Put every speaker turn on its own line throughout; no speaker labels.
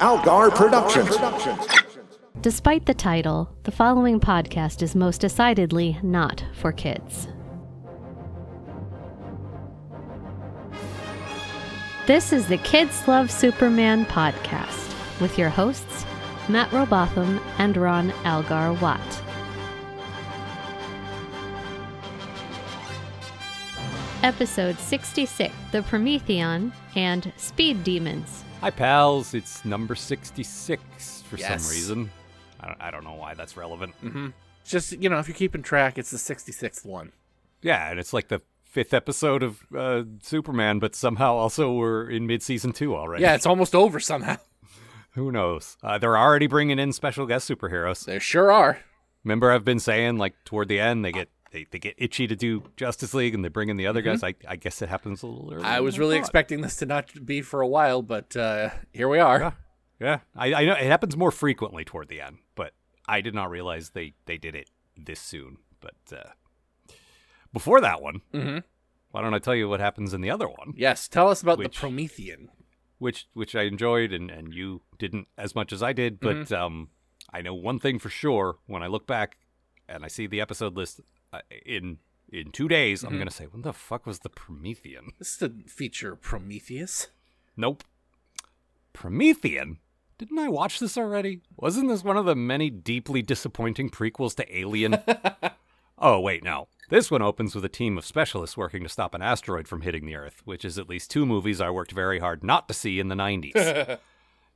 Algar Productions.
Despite the title, the following podcast is most decidedly not for kids. This is the Kids Love Superman podcast with your hosts, Matt Robotham and Ron Algar Watt. Episode 66 The Prometheon and Speed Demons.
Hi, pals. It's number 66 for
Yes.
some reason. I don't, I don't know why that's relevant.
Just you know, if you're keeping track, it's the 66th one.
Yeah, and it's like the fifth episode of uh, Superman, but somehow also we're in mid season two already.
Yeah, it's almost over somehow.
Who knows? Uh, they're already bringing in special guest superheroes.
There sure are.
Remember, I've been saying, like, toward the end, they get. They, they get itchy to do Justice League and they bring in the other guys. I, I guess it happens a little earlier.
Mm-hmm. I
than
was really
thought.
expecting this to not be for a while, but uh here we are.
Yeah. Yeah. I, I know it happens more frequently toward the end, but I did not realize they, they did it this soon. But uh, before that one,
hmm
why don't I tell you what happens in the other one,
Yes, tell us about
Which-
the Promethean.
which which I enjoyed and, and you didn't as much as I did, but um, I know one thing for sure. When I look back and I see the episode list uh, in in two days, I'm gonna say, "What the fuck was the Promethean?"
This didn't feature Prometheus.
Nope, Promethean. Didn't I watch this already? Wasn't this one of the many deeply disappointing prequels to Alien? Oh, wait, no. This one opens with a team of specialists working to stop an asteroid from hitting the Earth, which is at least two movies I worked very hard not to see in the 90s.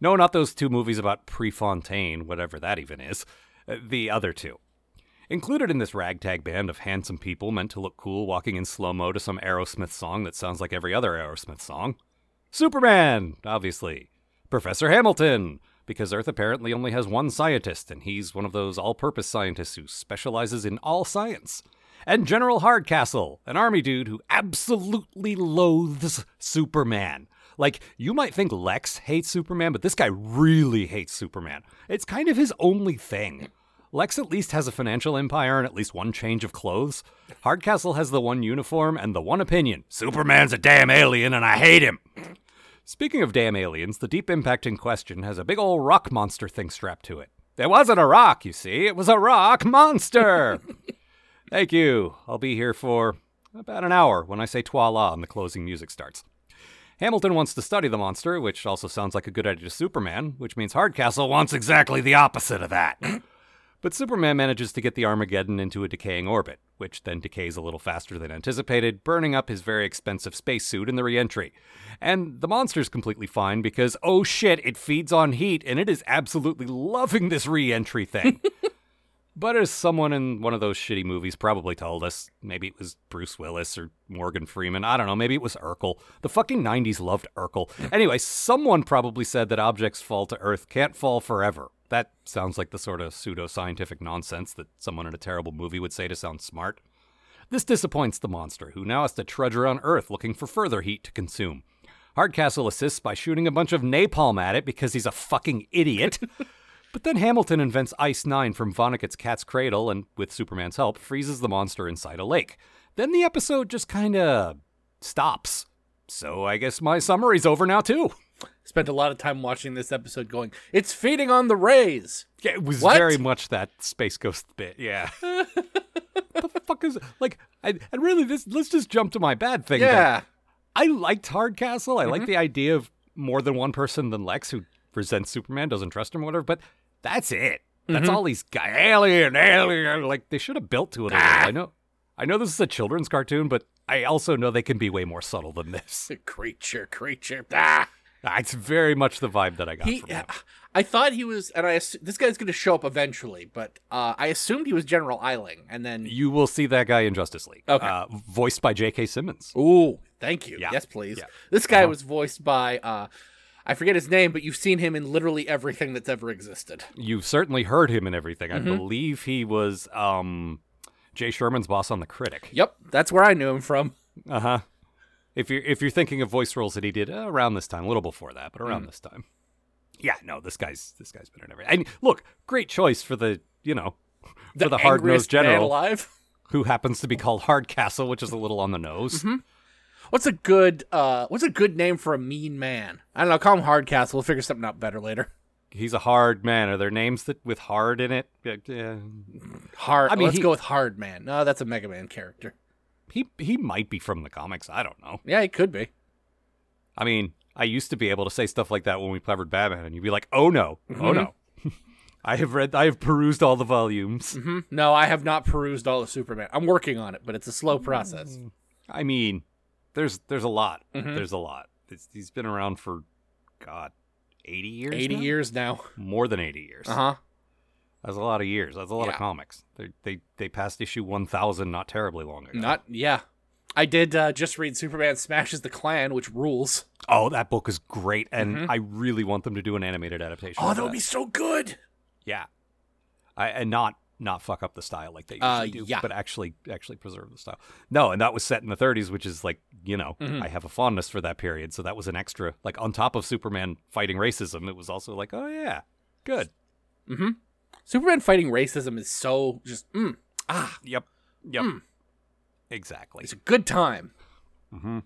no, not those two movies about Prefontaine, whatever that even is. Uh, The other two. Included in this ragtag band of handsome people meant to look cool walking in slow mo to some Aerosmith song that sounds like every other Aerosmith song. Superman, obviously. Professor Hamilton, because Earth apparently only has one scientist, and he's one of those all purpose scientists who specializes in all science. And General Hardcastle, an army dude who absolutely loathes Superman. Like, you might think Lex hates Superman, but this guy really hates Superman. It's kind of his only thing. Lex at least has a financial empire and at least one change of clothes. Hardcastle has the one uniform and the one opinion Superman's a damn alien and I hate him. Speaking of damn aliens, the Deep Impact in question has a big old rock monster thing strapped to it. There wasn't a rock, you see, it was a rock monster! Thank you. I'll be here for about an hour when I say twa la and the closing music starts. Hamilton wants to study the monster, which also sounds like a good idea to Superman, which means Hardcastle wants exactly the opposite of that. But Superman manages to get the Armageddon into a decaying orbit, which then decays a little faster than anticipated, burning up his very expensive spacesuit in the reentry. And the monster's completely fine because, oh shit, it feeds on heat and it is absolutely loving this reentry thing. but as someone in one of those shitty movies probably told us, maybe it was Bruce Willis or Morgan Freeman, I don't know, maybe it was Urkel. The fucking 90s loved Urkel. Anyway, someone probably said that objects fall to Earth can't fall forever. That sounds like the sort of pseudo scientific nonsense that someone in a terrible movie would say to sound smart. This disappoints the monster, who now has to trudge around Earth looking for further heat to consume. Hardcastle assists by shooting a bunch of napalm at it because he's a fucking idiot. but then Hamilton invents Ice 9 from Vonnegut's cat's cradle and, with Superman's help, freezes the monster inside a lake. Then the episode just kinda stops. So I guess my summary's over now, too.
Spent a lot of time watching this episode going, It's feeding on the rays.
Yeah, it was
What?
very much that space ghost bit. Yeah. what the fuck is like? I, and really, this let's just jump to my bad thing. then.
Yeah.
I liked Hardcastle. I
Mm-hmm.
like the idea of more than one person than Lex who resents Superman, doesn't trust him, whatever. But that's it. That's
Mm-hmm.
all he's got. Alien, alien. Like they should have built to it. A little.
Ah.
I know. I know this is a children's cartoon, but I also know they can be way more subtle than this.
Creature, creature. Ah.
It's very much the vibe that I got
He, uh,
from him.
I thought he was, and I assu- this guy's going to show up eventually, but uh, I assumed he was General Eiling, and then
You will see that guy in Justice League,
Okay.
uh, voiced by J.K. Simmons.
Ooh, thank you.
Yeah,
Yes, please.
yeah. Uh-huh.
This guy was voiced by uh I forget his name, but you've seen him in literally everything that's ever existed.
You've certainly heard him in everything. I
Mm-hmm.
believe he was um, Jay Sherman's boss on The Critic.
Yep, that's where I knew him from.
Uh huh. If you're if you're thinking of voice roles that he did uh, around this time, a little before that, but around this time. Yeah, no, this guy's this guy's been in everything. And look, great choice for the you know for the hard
angriest
nosed
man
general
alive.
who happens to be called Hardcastle, which is a little on the nose.
What's a good uh what's a good name for a mean man? I don't know, call him Hardcastle. We'll figure something out better later.
He's a hard man. Are there names that with hard in it? Yeah, yeah.
Hard
I mean,
let's
he-
go with Hard Man. No, that's a Mega Man character.
He he might be from the comics. I don't know.
Yeah, it could be.
I mean, I used to be able to say stuff like that when we covered Batman, and you'd be like, "Oh no, oh no." I have read. I have perused all the volumes.
hmm No, I have not perused all of Superman. I'm working on it, but it's a slow process.
I mean, there's there's a lot.
Mhm.
There's a lot. It's, he's been around for, God, eighty years.
80
now?
years now.
More than eighty years.
Uh-huh.
That's a lot of years. That's a lot
Yeah.
of comics. They they they passed issue one thousand not terribly long ago.
Not yeah. I did uh, just read Superman Smashes the Clan, which rules.
Oh, that book is great, and
Mhm.
I really want them to do an animated adaptation.
Oh,
of
that would be so good.
yeah, I, and not not fuck up the style like they usually
Uh,
do,
yeah.
but actually actually preserve the style. No, and that was set in the 30s, which is like you know
Mhm.
I have a fondness for that period, so that was an extra like on top of Superman fighting racism. It was also like oh yeah, good.
Mm-hmm. Superman fighting racism is so just mm, ah,
Yep, yep,
Mm.
exactly.
it's a good time.
hmm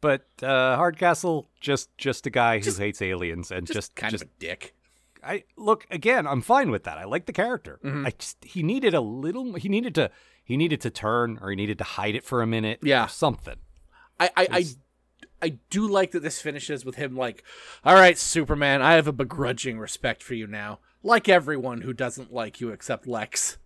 But uh, Hardcastle just just a guy
Just-
who hates aliens and
Just,
just
kind
just
of a dick.
I look again. I'm fine with that. I like the character.
Mhm.
I just he needed a little. He needed to. He needed to turn, or he needed to hide it for a minute.
Yeah.
or something.
I I, I
It's-
I do like that this finishes with him like, all right, Superman, I have a begrudging respect for you now, like everyone who doesn't like you except Lex.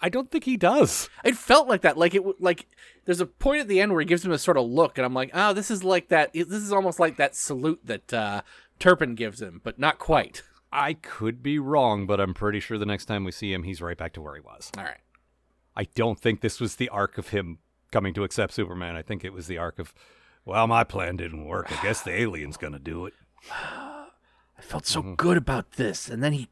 I don't think he does.
It felt like that. Like it. w- Like there's a point at the end where he gives him a sort of look, and I'm like, oh, this is like that. This is almost like that salute that uh, Turpin gives him, but not quite.
I could be wrong, but I'm pretty sure the next time we see him, he's right back to where he was.
All right.
I don't think this was the arc of him coming to accept Superman. I think it was the arc of, well, my plan didn't work. I guess the alien's gonna do it.
I felt so good about this, and then he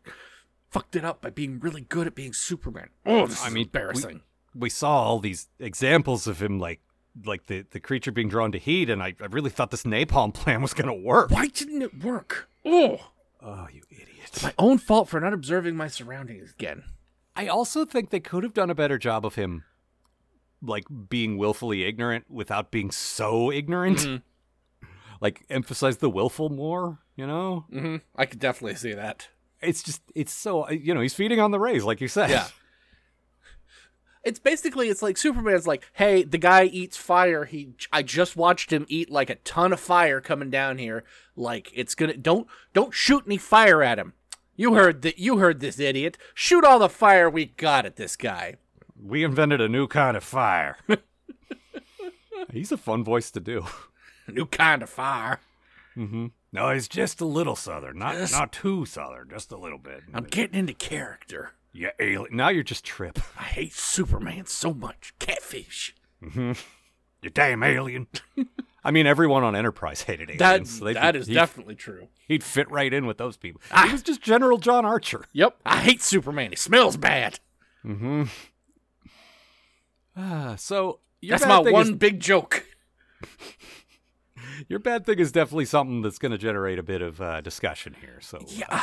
fucked it up by being really good at being Superman. Oh, this
I
is
mean, we-
embarrassing.
we saw all these examples of him like like the, the creature being drawn to heat and I, I really thought this napalm plan was gonna work
Why didn't it work? Oh,
oh you idiot
my own fault for not observing my surroundings again.
i also think they could have done a better job of him like being willfully ignorant without being so ignorant
Mhm.
like emphasize the willful more you know
Mm-hmm. I could definitely see that.
it's just it's so you know he's feeding on the rays like you said
Yeah. It's basically it's like Superman's like, hey, the guy eats fire. He, I just watched him eat like a ton of fire coming down here. Like it's gonna don't don't shoot any fire at him. You heard that. You heard this idiot. Shoot all the fire we got at this guy.
we invented a new kind of fire he's a fun voice to do
New kind of fire.
Mm-hmm. No, he's just a little southern, not
Just-
not too southern, just a little bit.
I'm getting into character.
yeah, alien. Now you're just Trip.
I hate Superman so much. Catfish.
You damn alien. I mean, everyone on Enterprise hated
That
aliens. so they'd
that
be-
is
he'd,
definitely true.
he'd fit right in with those people.
Ah.
He was just General John Archer.
Yep. I hate Superman. He smells bad.
Mm-hmm. Ah, so your
That's
bad
my
thing
one big joke.
Is, your bad thing is definitely something that's going to generate a bit of uh, discussion here. So uh,
Yeah.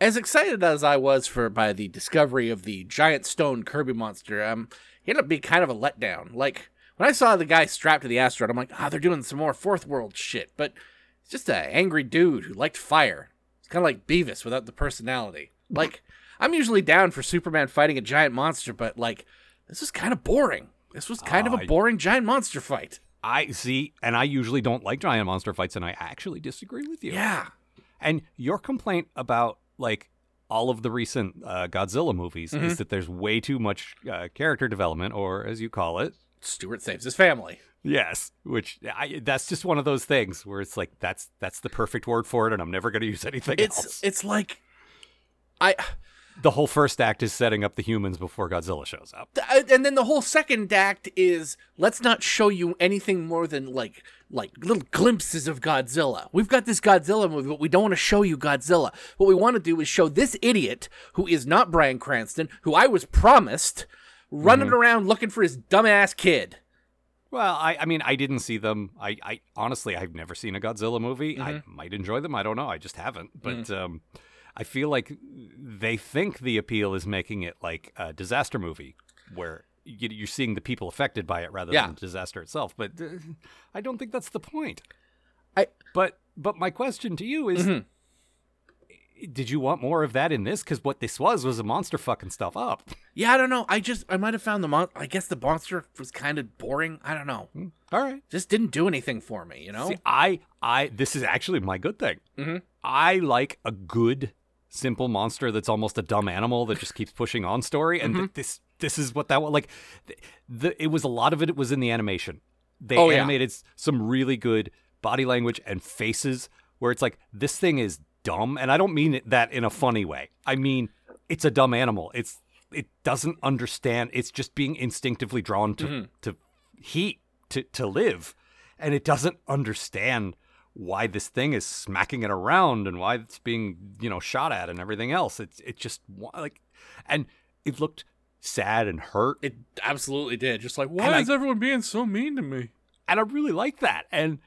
As excited as I was for by the discovery of the giant stone Kirby monster, um, it ended up being kind of a letdown. Like when I saw the guy strapped to the asteroid, I'm like, ah, they're doing some more fourth world shit. But it's just an angry dude who liked fire. It's kind of like Beavis without the personality. Like I'm usually down for Superman fighting a giant monster, but like this is kind of boring. This was kind of
Ah,
a
I-
boring giant monster fight.
I see, and I usually don't like giant monster fights, and I actually disagree with you.
Yeah.
And your complaint about like all of the recent uh, Godzilla movies
Mm-hmm.
is that there's way too much uh, character development, or as you call it,
Stewart saves his family.
yes, which I, that's just one of those things where it's like that's that's the perfect word for it, and I'm never going to use anything
It's
else.
it's like I
the whole first act is setting up the humans before Godzilla shows up.
Th- uh, and then the whole second act is let's not show you anything more than like like little glimpses of Godzilla. We've got this Godzilla movie, but we don't want to show you Godzilla. What we want to do is show this idiot who is not Brian Cranston, who I was promised, running around looking for his dumbass kid.
Well, I, I mean, I didn't see them. I, I honestly, I've never seen a Godzilla movie. I might enjoy them. I don't know. I just haven't. But um, I feel like they think the appeal is making it like a disaster movie, where you- you're seeing the people affected by it rather
Yeah.
than the disaster itself. But uh, I don't think that's the point.
I-
but but my question to you is.
Mhm.
Did you want more of that in this? Because what this was was a monster fucking stuff up.
Yeah, I don't know. I just I might have found the mon. I guess the monster was kind of boring. I don't know.
All right.
Just didn't do anything for me. You know.
See, I, I, this is actually my good thing.
Mhm.
I like a good, simple monster that's almost a dumb animal that just keeps pushing on story.
Mm-hmm.
And th- this, this is what that was like. th- The, it was a lot of it was in the animation. They
Oh, yeah.
animated s- some really good body language and faces where it's like this thing is dumb, and I don't mean it- that in a funny way. I mean it's a dumb animal. It's it doesn't understand. It's just being instinctively drawn to
Mm-hmm.
to heat to to live and it doesn't understand why this thing is smacking it around and why it's being you know shot at and everything else it's it just wa- like and it looked sad and hurt
it absolutely did. Just like
And I-
everyone being so mean to me?
and i really like that and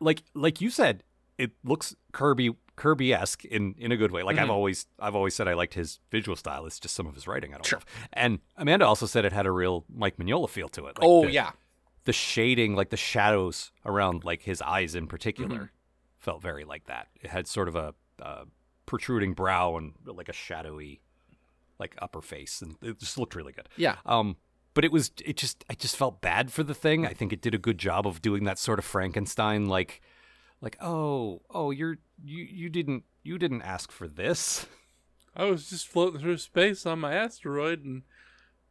like like you said it looks kirby kirby-esque in in a good way like i've
Mhm.
always i've always said i liked his visual style it's just some of his writing i don't
Sure.
love and amanda also said it had a real mike mignola feel to it like
oh
the-
yeah,
the shading, like the shadows around like his eyes in particular, felt very like that. It had sort of a uh, protruding brow and like a shadowy, like upper face, and it just looked really good.
yeah.
Um, but it was it just I just felt bad for the thing. I think it did a good job of doing that sort of Frankenstein like, like oh oh you're you you didn't you didn't ask for this.
I was just floating through space on my asteroid, and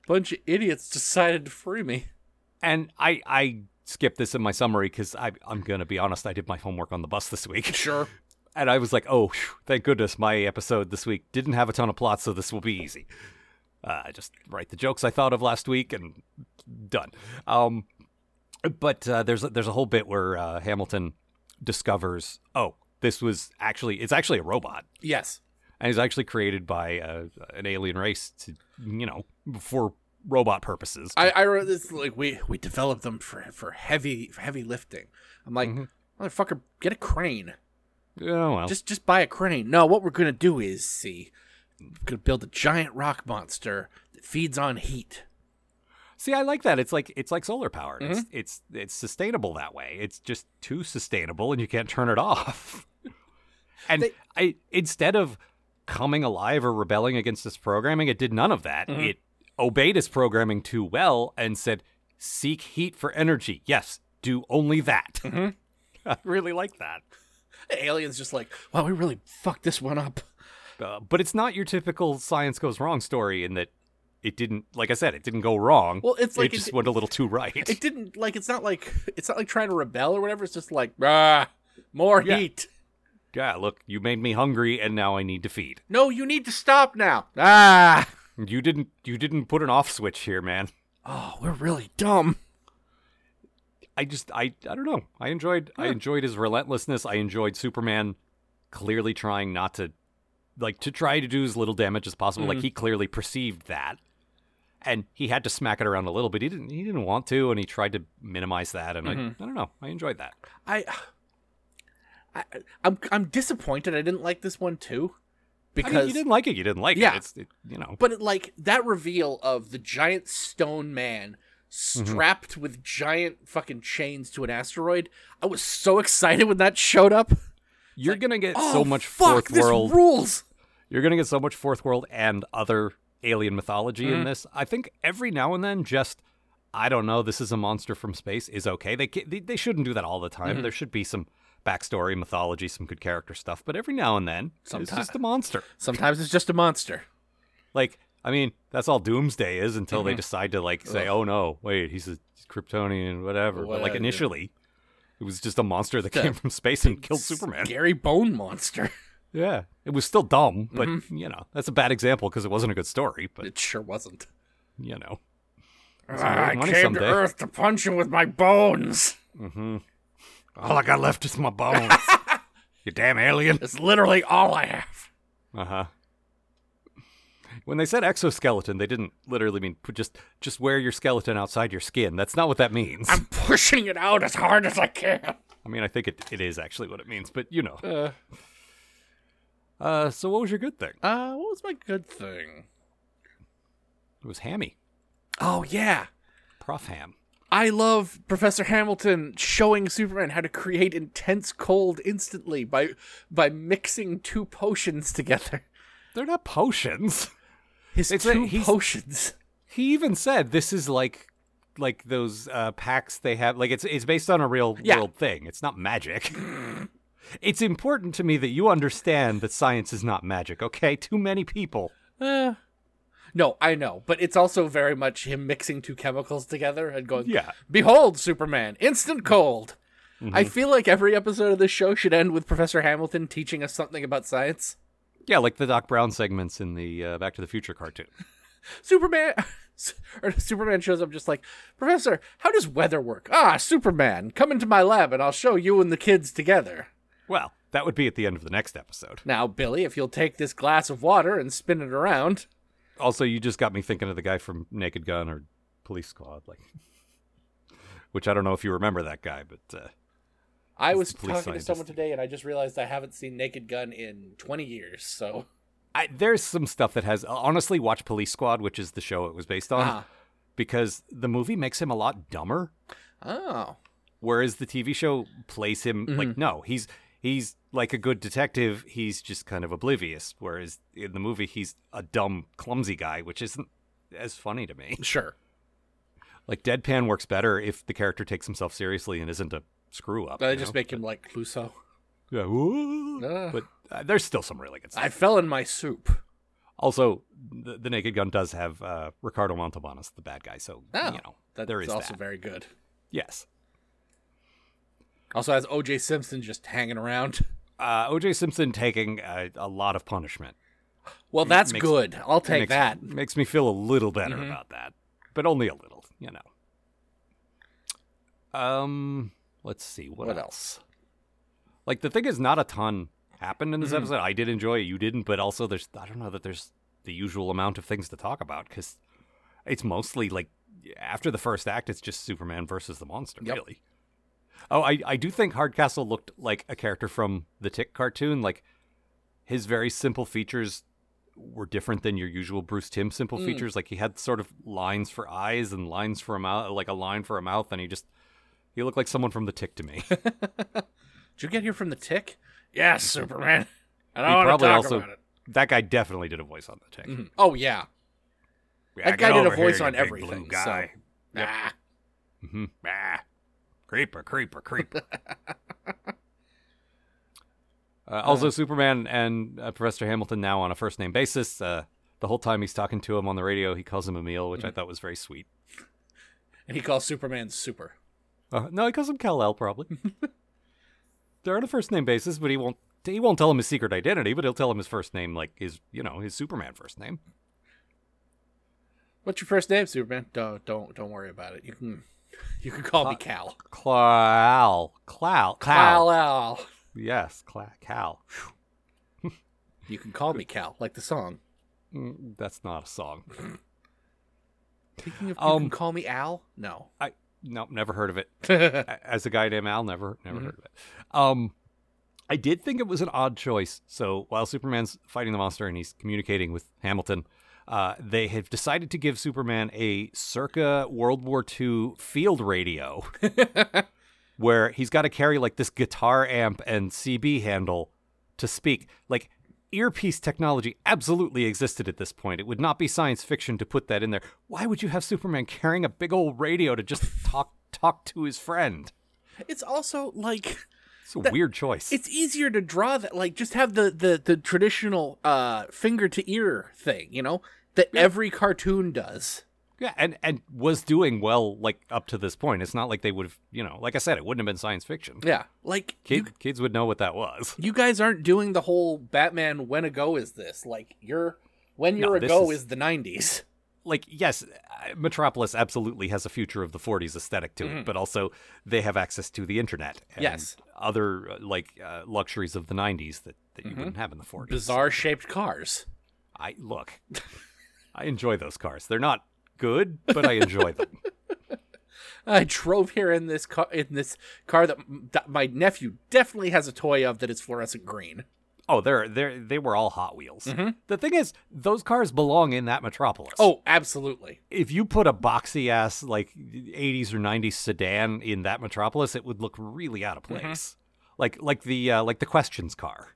a bunch of idiots decided to free me.
And I I skipped this in my summary because I I'm gonna be honest. I did my homework on the bus this week.
Sure.
And I was like, oh, phew, thank goodness my episode this week didn't have a ton of plot, so this will be easy. Uh, I just write the jokes I thought of last week and done. Um, but uh, there's a- there's a whole bit where uh, Hamilton discovers, oh, this was actually it's actually a robot,
Yes.
and it's actually created by uh, an alien race to you know for robot purposes.
I I wrote this like we we developed them for for heavy for heavy lifting. I'm like
Mhm.
Mm-hmm.
motherfucker, get a crane.
oh well,
Just just buy a crane. No, what we're gonna do is see, we're gonna build a giant rock monster that feeds on heat.
See, I like that. It's like it's like solar powered. It's
Mm-hmm.
it's it's sustainable that way. It's just too sustainable, and you can't turn it off. and
They-
I instead of coming alive or rebelling against this programming, it did none of that.
Mm-hmm.
It obeyed its programming too well and said, "Seek heat for energy. Yes, do only that."
Mm-hmm.
I really like that.
The aliens just like, wow, we really fucked this one up.
Uh, but it's not your typical science goes wrong story in that it didn't. Like I said, it didn't go wrong.
Well, it's like
it
it
just
di-
went a little too right.
It didn't like it's not like it's not like trying to rebel or whatever. It's just like ah, more
Yeah.
heat.
Yeah, look, you made me hungry and now I need to feed.
No, you need to stop now. Ah.
You didn't you didn't put an off switch here, man.
Oh, we're really dumb.
I just I I don't know. I enjoyed I enjoyed his relentlessness. I enjoyed Superman clearly trying not to like to try to do as little damage as possible.
Mm.
Like he clearly perceived that. And he had to smack it around a little bit. He didn't he didn't want to and he tried to minimize that and
Mm-hmm.
I, I don't know. I enjoyed that.
I, I I'm I'm disappointed. I didn't like this one too,
I mean,
because
you didn't like it, you didn't like
Yeah.
it. It's it, you know.
But it, like that reveal of the giant stone man
Mm-hmm.
strapped with giant fucking chains to an asteroid. I was so excited when that showed up.
You're gonna get
oh,
so much
fuck,
fourth
this
world
rules.
You're going to get so much fourth world and other alien mythology
Mm-hmm.
in this. I think every now and then, just I don't know, this is a monster from space is okay. They ca- they, they shouldn't do that all the
Mm-hmm.
time. There should be some backstory, mythology, some good character stuff. But every now and then, it's
Sometime-
just a monster.
Sometimes it's just a monster.
Like I mean, that's all Doomsday is until
Mm-hmm.
they decide to like say, "Oh no, wait, he's a Kryptonian, whatever." But like
Whatever.
initially. It was just a monster that
Yeah.
came from space and killed Superman.
Gary Bone Monster.
Yeah, it was still dumb, but
Mm-hmm.
you know that's a bad example because it wasn't a good story. But
It sure wasn't.
you know,
Ah, I
make money
came to
someday.
Earth to punch him with my bones.
Mm-hmm. All I got left is my bones. you damn alien.
It's literally all I have.
Uh huh. When they said exoskeleton, they didn't literally mean put just just wear your skeleton outside your skin. That's not what that means.
I'm pushing it out as hard as I can.
I mean, I think it, it is actually what it means, but you know. Uh, so uh, what was your good thing?
Uh, what was my good thing?
It was hammy.
Oh yeah,
Prof Ham.
I love Professor Hamilton showing Superman how to create intense cold instantly by by mixing two potions together.
They're not potions.
His
It's
two
like he's-
potions.
He even said this is like like those uh, packs they have. Like it's it's based on a real
Yeah.
world thing. It's not magic. it's important to me that you understand that science is not magic. Okay, too many people.
Eh,
No, I know, but it's also very much him mixing two chemicals together and going,
Yeah. Mm-hmm.
"Behold, Superman, instant cold." I feel like every episode of this show should end with Professor Hamilton teaching us something about science.
Yeah, like the Doc Brown segments in the uh, Back to the Future cartoon.
Superman or Superman shows up just like, "Professor, how does weather work?" "Ah, Superman, come into my lab and I'll show you and the kids together."
Well, that would be at the end of the next episode.
Now, Billy, if you'll take this glass of water and spin it around.
Also, you just got me thinking of the guy from Naked Gun or Police Squad, like, which I don't know if you remember that guy, but uh,
I
He's
was
the police
talking to someone
scientist.
today and I just realized I haven't seen Naked Gun in 20 years, so.
I, there's some stuff that has honestly watch Police Squad, which is the show it was based on,
Ah.
because the movie makes him a lot dumber,
Oh.
whereas the TV show plays him
Mm-hmm.
like no, he's he's like a good detective, he's just kind of oblivious, whereas in the movie he's a dumb, clumsy guy, which isn't as funny to me.
Sure.
Like deadpan works better if the character takes himself seriously and isn't a screw up.
They
you
just
know?
make him like Cluso.
Yeah, "Ooh,"
Ah.
but uh, there's still some really good stuff.
I fell in my soup.
Also, the, the Naked Gun does have uh, Ricardo Montalban as the bad guy, so
Oh,
you know
that's
there is
also
that.
very good.
yes.
Also has O.J. Simpson just hanging around.
Uh, O.J. Simpson taking uh, a lot of punishment.
Well, that's
Makes-
good. I'll take
makes,
that. Mm-hmm.
Makes me feel a little better about that, but only a little, you know. Um, let's see what,
What else?
else? Like the thing is, not a ton happened in this episode. I did enjoy it, you didn't, but also there's I don't know that there's the usual amount of things to talk about because it's mostly like after the first act, it's just Superman versus the monster,
Yep.
really. Oh, I I do think Hardcastle looked like a character from the Tick cartoon. Like his very simple features were different than your usual Bruce Tim simple features. Like he had sort of lines for eyes and lines for a mouth, like a line for a mouth, and he just he looked like someone from the Tick to me.
Did you get here from the tick? Yes, Superman. And I
He
want to
probably
talk
also-
about it.
that guy definitely did a voice on the tick.
Mhm. Oh, yeah.
Yeah,
That
get
guy did a
over here,
voice
you
on
big
everything.
Blue guy.
So. Ah.
Mhm. Ah, creeper, creeper, creeper. uh, also, Superman and uh, Professor Hamilton now on a first name basis. Uh, the whole time he's talking to him on the radio, he calls him Emil, which I thought was very sweet.
And he calls Superman Super.
Uh, no, he calls him Kal El probably. They're on a first name basis, but he won't. He won't tell him his secret identity, but he'll tell him his first name, like his, you know, his Superman first name.
What's your first name, Superman? Don't don't don't worry about it. You can you can call me Cal.
Clow, Clow, Clow.
Al.
Yes, Cla- Cal.
You can call me Cal, like the song.
Mm, That's not a song.
Speaking of, you
Um,
can call me Al. No.
I nope, never heard of it.
yeah.
A- As a guy named Al, never never heard of it. Um, I did think it was an odd choice. So while Superman's fighting the monster and he's communicating with Hamilton, uh, they have decided to give Superman a circa World War II field radio, where he's got to carry like this guitar amp and CB handle to speak. Like earpiece technology absolutely existed at this point. It would not be science fiction to put that in there. Why would you have Superman carrying a big old radio to just talk talk to his friend?
It's also like
It's a weird choice.
it's easier to draw that like just have the the the traditional uh finger to ear thing, you know, that every cartoon does.
Yeah, and and was doing well like up to this point. It's not like they would have, you know, like I said, it wouldn't have been science fiction.
Yeah. Like
Kid,
you,
kids would know what that was.
you guys aren't doing the whole Batman when ago is this? Like you're when
No,
you're
this
ago
is-
is the 90s.
like yes uh, metropolis absolutely has a future of the 40s aesthetic to it but also they have access to the internet and
Mm-hmm. Yes.
other uh, like uh, luxuries of the 90s that, that you wouldn't have in the 40s
Mm-hmm. Bizarre shaped cars.
i look i enjoy those cars they're not good but i enjoy them
I drove here in this car in this car that, that my nephew definitely has a toy of that is fluorescent green.
Oh, they're they they were all Hot Wheels.
Mhm.
The thing is, those cars belong in that metropolis.
Oh, absolutely.
if you put a boxy ass like 80s or 90s sedan in that metropolis, it would look really out of place. Like like the uh, like the questions car.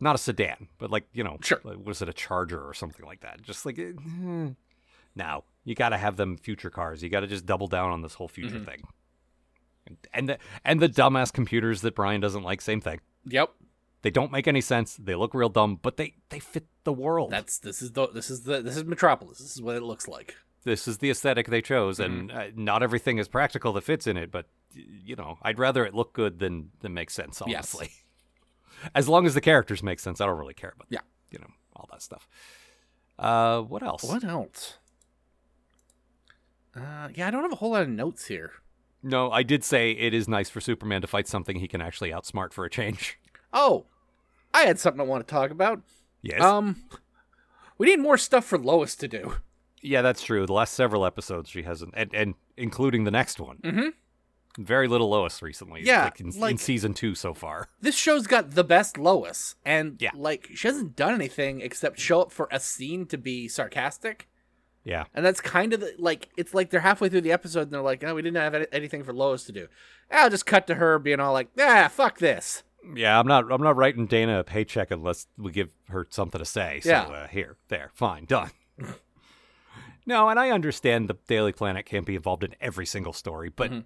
Not a sedan, but like you know,
Sure.
like, was it a Charger or something like that? Just like eh, eh. now, you got to have them future cars. You got to just double down on this whole future thing. And the, and the dumbass computers that Brian doesn't like, same thing.
Yep.
They don't make any sense. They look real dumb, but they they fit the world.
That's this is the this is the this is Metropolis. This is what it looks like.
this is the aesthetic they chose, and
Mm-hmm.
uh, not everything is practical that fits in it. But y- you know, I'd rather it look good than than make sense.
Yes.
Honestly, as long as the characters make sense, I don't really care about.
Yeah.
you know, all that stuff. Uh, what else?
What else? Uh, yeah, I don't have a whole lot of notes here.
No, I did say it is nice for Superman to fight something he can actually outsmart for a change.
Oh, I had something I want to talk about.
Yes.
Um, we need more stuff for Lois to do.
yeah, that's true. The last several episodes she hasn't, and, and including the next one.
Mhm.
Very little Lois recently.
Yeah,
like in, in
like-
season two so far.
This show's got the best Lois, and
Yeah.
like she hasn't done anything except show up for a scene to be sarcastic.
Yeah.
And that's kind of the, like it's like they're halfway through the episode and they're like, "Oh, we didn't have any- anything for Lois to do." Ah, I'll just cut to her being all like, "Ah, fuck this."
Yeah, I'm not. I'm not writing Dana a paycheck unless we give her something to say. So
Yeah.
uh, here, there, fine, done. no, and I understand the Daily Planet can't be involved in every single story, but
Mhm.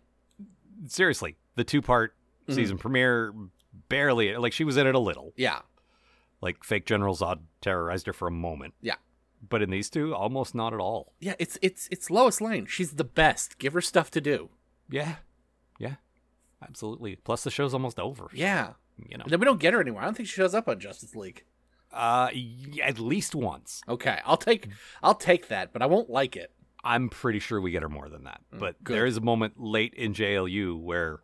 seriously, the two part
Mhm.
season premiere barely like she was in it a little.
Yeah,
Like fake General Zod terrorized her for a moment.
Yeah.
but in these two, almost not at all.
yeah. It's it's it's Lois Lane. She's the best. Give her stuff to do.
Yeah, yeah, absolutely. Plus, the show's almost over. so,
Yeah.
you know,
And then we don't get her anywhere. I don't think she shows up on Justice League.
uh, y- at least once.
Okay, I'll take I'll take that, but I won't like it.
I'm pretty sure we get her more than that.
Mm,
But
good.
there is a moment late in JLU where,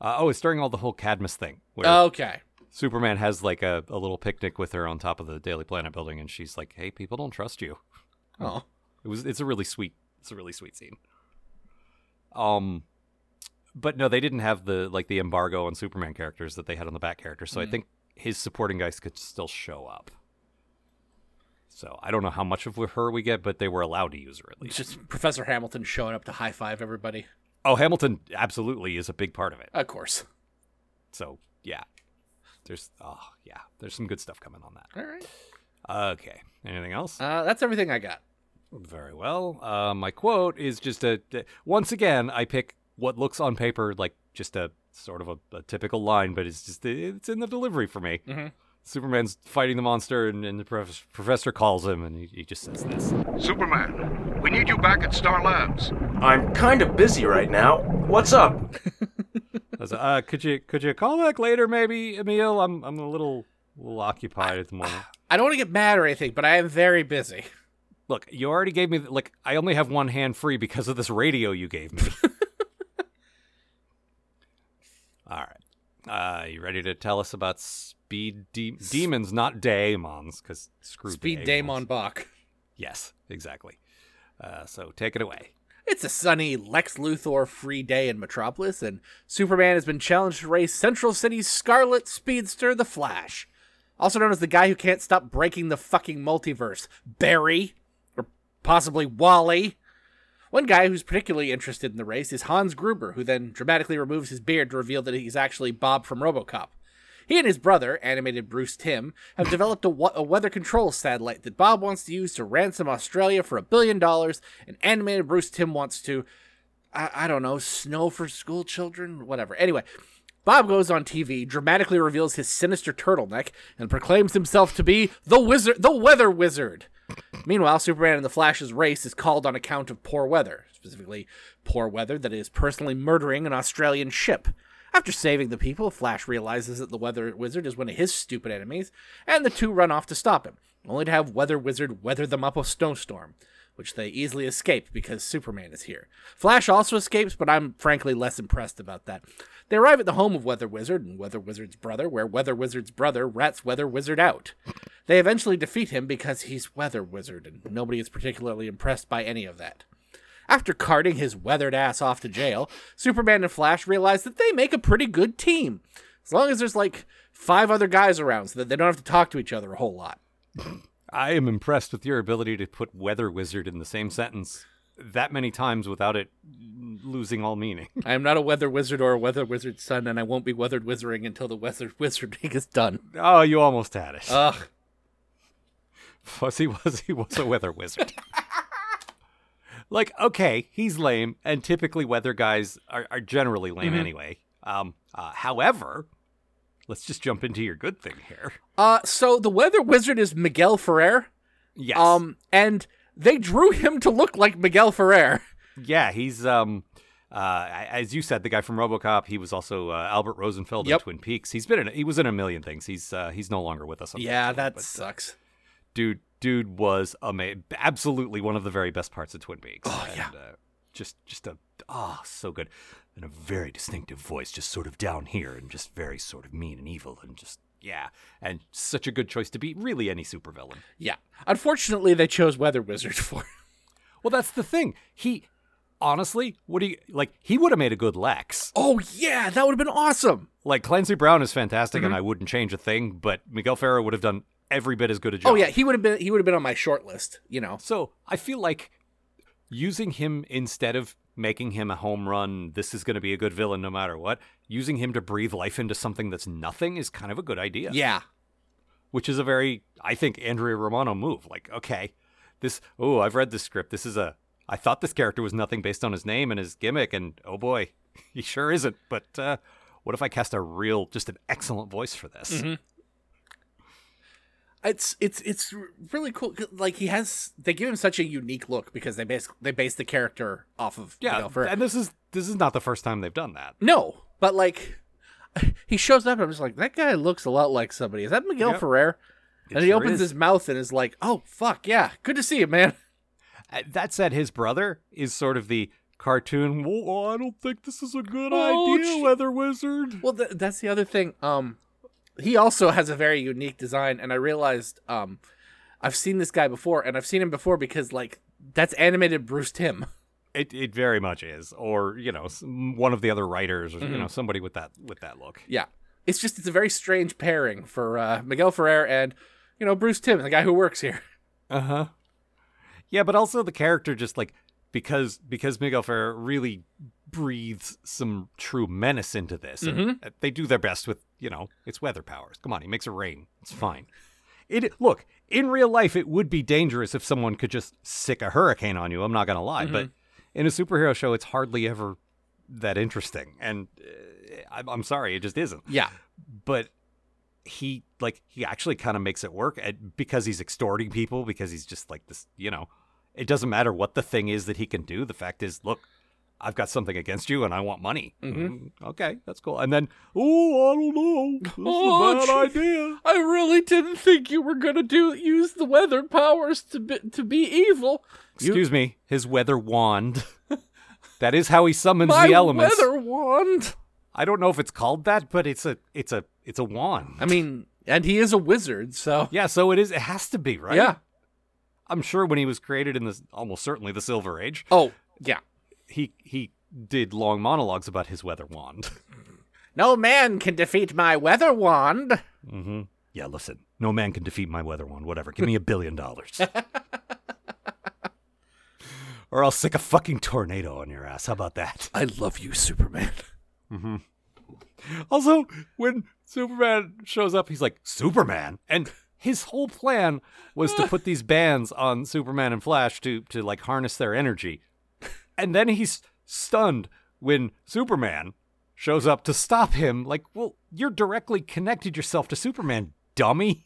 uh, oh, it's during all the whole Cadmus thing where
Okay.
Superman has like a, a little picnic with her on top of the Daily Planet building, and she's like, "Hey, people don't trust you."
Oh.
It was it's a really sweet it's a really sweet scene. Um, but no, they didn't have the like the embargo on Superman characters that they had on the back characters, so I
Mm.
think his supporting guys could still show up. So I don't know how much of her we get, but they were allowed to use her at least.
It's just Professor Hamilton showing up to high five everybody.
Oh, Hamilton absolutely is a big part of it.
Of course.
So yeah, there's oh yeah, there's some good stuff coming on that.
All right.
Okay, anything else?
Uh, that's everything I got.
Very well. Uh, my quote is just a once again I pick what looks on paper like just a sort of a, a typical line, but it's just it's in the delivery for me.
Mhm.
Superman's fighting the monster, and, and the prof- professor calls him, and he, he just says this.
Superman, we need you back at Star Labs.
I'm kind of busy right now. What's up?
I was like, uh, could you could you call back later, maybe, Emil? I'm I'm a little, little occupied at the moment.
I don't want to get mad or anything, but I am very busy.
Look, you already gave me like I only have one hand free because of this radio you gave me. All right, uh, you ready to tell us about speed de- demons, not daemons? Because screw
Speed
daemons.
Damon Bach.
Yes, exactly. Uh, so take it away.
It's a sunny Lex Luthor free day in Metropolis, and Superman has been challenged to race Central City's scarlet speedster, the Flash. Also known as the guy who can't stop breaking the fucking multiverse, Barry, or possibly Wally. One guy who's particularly interested in the race is Hans Gruber, who then dramatically removes his beard to reveal that he's actually Bob from Robocop. He and his brother, animated Bruce Tim, have developed a, wa- a weather control satellite that Bob wants to use to ransom Australia for a billion dollars, and animated Bruce Tim wants to, I, I don't know, snow for school children? Whatever. Anyway, Bob goes on TV, dramatically reveals his sinister turtleneck, and proclaims himself to be the wizard, the weather wizard. Meanwhile, Superman and the Flash's race is called on account of poor weather, specifically poor weather that is personally murdering an Australian ship. After saving the people, Flash realizes that the Weather Wizard is one of his stupid enemies, and the two run off to stop him, only to have Weather Wizard weather them up a snowstorm, which they easily escape because Superman is here. Flash also escapes, but I'm frankly less impressed about that. They arrive at the home of Weather Wizard and Weather Wizard's brother, where Weather Wizard's brother rats Weather Wizard out. They eventually defeat him because he's Weather Wizard, and nobody is particularly impressed by any of that. After carting his weathered ass off to jail, Superman and Flash realize that they make a pretty good team. As long as there's like five other guys around so that they don't have to talk to each other a whole lot.
I am impressed with your ability to put weather wizard in the same sentence that many times without it losing all meaning.
I am not a weather wizard or a weather wizard's son, and I won't be weathered wizarding until the weather wizarding is done.
Oh, you almost had it.
Ugh.
Fuzzy Wuzzy was a weather wizard. like, okay, he's lame, and typically weather guys are, are generally lame
Mm-hmm.
anyway. Um, uh, however, let's just jump into your good thing here.
Uh, so the weather wizard is Miguel Ferrer.
Yes.
Um, and they drew him to look like Miguel Ferrer.
yeah, he's um, uh, a- as you said, the guy from RoboCop. He was also uh, Albert Rosenfeld
Yep.
in Twin Peaks. He's been in, he was in a million things. He's uh, he's no longer with us.
Yeah,
unfortunately,
that
but, uh,
sucks.
dude dude was ama- absolutely one of the very best parts of Twin Peaks. Oh
yeah.
uh, just just a ah so good, and a very distinctive voice, just sort of down here and just very sort of mean and evil and just yeah, and such a good choice to be really any supervillain.
Yeah. Unfortunately, they chose weather wizard for.
Well, that's the thing. He honestly, what do you like? He would have made a good Lex.
Oh yeah, that would have been awesome.
Like Clancy Brown is fantastic,
Mm-hmm.
and I wouldn't change a thing. But Miguel Ferrer would have done every bit as good a job.
Oh yeah, he would have been. He would have been on my short list. You know.
So I feel like using him instead of making him a home run, this is going to be a good villain no matter what, using him to breathe life into something that's nothing is kind of a good idea.
Yeah.
Which is a very, I think, Andrea Romano move. Like, okay, this, oh, I've read this script. This is a, I thought this character was nothing based on his name and his gimmick, and oh boy, he sure isn't. But uh, what if I cast a real, just an excellent voice for this?
Mm-hmm. It's it's it's really cool. 'cause, Like he has, they give him such a unique look because they base they base the character off of
Yeah,
Miguel Ferrer.
and this is this is not the first time they've done that.
No, but like he shows up, and I'm just like, that guy looks a lot like somebody. Is that Miguel
Yep.
Ferrer?
It
and he
sure
opens
is.
his mouth and is like, "Oh fuck, yeah, good to see you, man."
Uh, That said, his brother is sort of the cartoon. Well, I don't think this is a good
Oh,
idea,
sh-
Weather Wizard.
Well, th- that's the other thing. Um, he also has a very unique design, and I realized um, I've seen this guy before, and I've seen him before because like that's animated Bruce Tim.
It it very much is, or you know, s- one of the other writers, or you know, somebody with that with that look.
Yeah, it's just it's a very strange pairing for uh, Miguel Ferrer and you know Bruce Tim, the guy who works here.
Uh huh. Yeah, but also the character just like because because Miguel Ferrer really breathes some true menace into this. and uh, they do their best with you know it's weather powers. Come on, he makes it rain. It's fine. It look in real life it would be dangerous if someone could just sick a hurricane on you. I'm not gonna lie, but in a superhero show it's hardly ever that interesting. And uh, I'm, I'm sorry, it just isn't
Yeah,
but he like he actually kind of makes it work at, because he's extorting people because he's just like this you know it doesn't matter what the thing is that he can do the fact is look i've got something against you and i want money
Mm-hmm.
Mhm.
Mm, okay that's cool and then oh i don't know this is
Oh,
a bad idea
I really didn't think you were gonna do use the weather powers to be, to be evil.
excuse me his weather wand that is how he summons
My
the elements
weather wand.
i don't know if it's called that but it's a it's a it's a wand
I mean, and he is a wizard, so
yeah so it is it has to be right
yeah.
i'm sure when he was created in this almost certainly the silver age
Oh yeah.
he he did long monologues about his weather wand.
No man can defeat my weather wand.
mm-hmm. Yeah, listen, no man can defeat my weather wand. Whatever, give me a billion dollars, or I'll sick a fucking tornado on your ass. How about that?
I love you, Superman.
Also, when Superman shows up, he's like Superman, and his whole plan was to put these bands on Superman and Flash to to like harness their energy, and then he's stunned when Superman shows up to stop him. Like, well, you're directly connected yourself to Superman, dummy.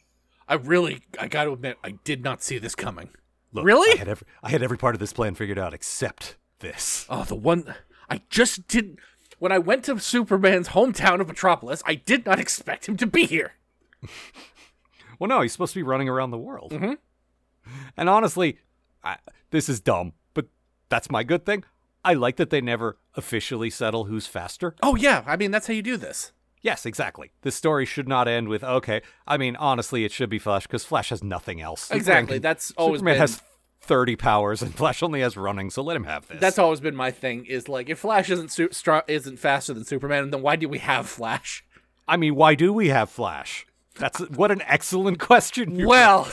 I really, I got to admit, I did not see this coming.
Look,
Really?
I had every I had every part of this plan figured out except this.
Oh, the one I just didn't. When I went to Superman's hometown of Metropolis, I did not expect him to be here.
Well, no, he's supposed to be running around the world.
Mm-hmm.
And honestly, I, this is dumb, but that's my good thing. I like that they never officially settle who's faster.
Oh yeah, I mean that's how you do this.
Yes, exactly. This story should not end with okay. I mean, honestly, it should be Flash because Flash has nothing else. Superman
Exactly,
can-
that's always
Superman
been-
has thirty powers, and Flash only has running. So let him have this.
That's always been my thing. Is like if Flash isn't su- str- isn't faster than Superman, then why do we have Flash?
I mean, why do we have Flash? That's what an excellent question. you-
Well,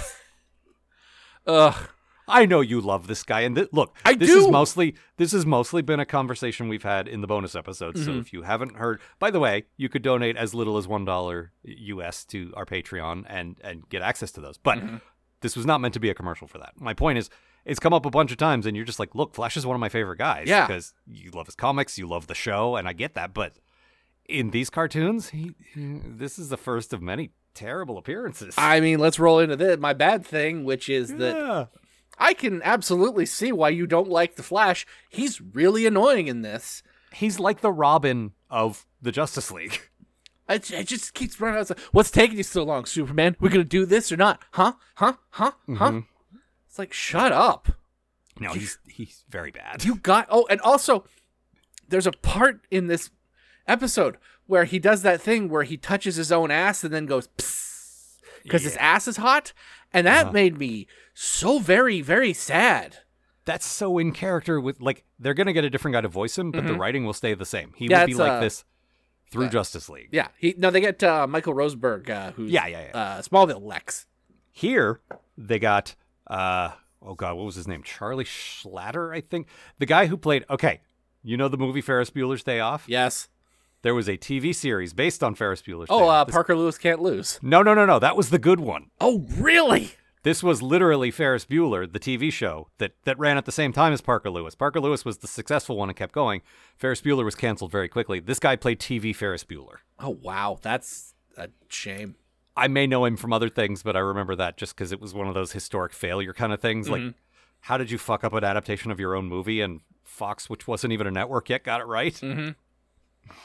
ugh.
I know you love this guy, and th- look,
I
this is
do.
mostly this has mostly been a conversation we've had in the bonus episodes.
Mm-hmm.
So if you haven't heard, by the way, you could donate as little as one dollar US to our Patreon and and get access to those. But
Mm-hmm.
this was not meant to be a commercial for that. My point is, it's come up a bunch of times, and you're just like, look, Flash is one of my favorite guys.
Yeah.
because you love his comics, you love the show, and I get that, but. In these cartoons, he, this is the first of many terrible appearances.
I mean, let's roll into this. My bad thing, which is that
Yeah.
I can absolutely see why you don't like the Flash. He's really annoying in this.
He's like the Robin of the Justice League.
I, j- it just keeps running out. It's like, What's taking you so long, Superman? We're gonna do this or not? Huh? Huh? Huh? Huh? It's like shut up.
No, he's he's very bad.
You got oh, and also there's a part in this episode where he does that thing where he touches his own ass and then goes because his ass is hot, and that made me so very very sad.
That's so in character with like they're gonna get a different guy to voice him, but the writing will stay the same. He
Yeah,
will be
it's,
like
uh,
this through Justice League.
Yeah, he no, they get uh, Michael Roseberg, uh, who's
Yeah, yeah, yeah.
Uh, Smallville Lex.
Here they got uh oh god, what was his name? Charlie Schlatter, I think. The guy who played okay, you know the movie Ferris Bueller's Day Off?
Yes.
There was a TV series based on Ferris Bueller's Day
Oh, uh,
Off. This-
Parker Lewis can't lose.
no, no, no, no. That was the good one.
Oh, really?
This was literally Ferris Bueller, the TV show that, that ran at the same time as Parker Lewis. Parker Lewis was the successful one and kept going. Ferris Bueller was canceled very quickly. This guy played TV Ferris Bueller.
Oh, wow, that's a shame.
I may know him from other things, but I remember that just because it was one of those historic failure kind of things. Like, how did you fuck up an adaptation of your own movie and Fox, which wasn't even a network yet, got it right? Mm-hmm.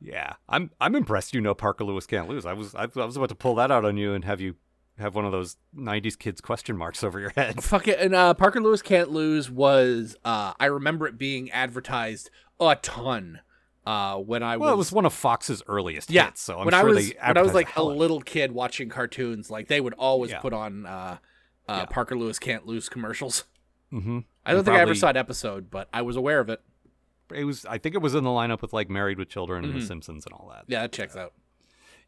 Yeah, I'm I'm impressed. You know, Parker Lewis can't lose. I was I, I was about to pull that out on you and have you have one of those '90s kids question marks over your head.
Fuck it. And uh, Parker Lewis Can't Lose was, uh, I remember it being advertised a ton uh, when I
Well, it
was.
was one of Fox's earliest
yeah.
hits, so I'm
when
sure
I was,
they
when I was
advertised
like a
hell out of it.
little kid watching cartoons, like they would always
Yeah.
put on uh, uh, Parker Lewis Can't Lose commercials.
Mhm.
I don't
And
think I ever
probably-
saw an episode, but I was aware of it. Mm-hmm.
It was, I think it was in the lineup with like Married with Children and The Simpsons and all that.
Yeah, that checks out.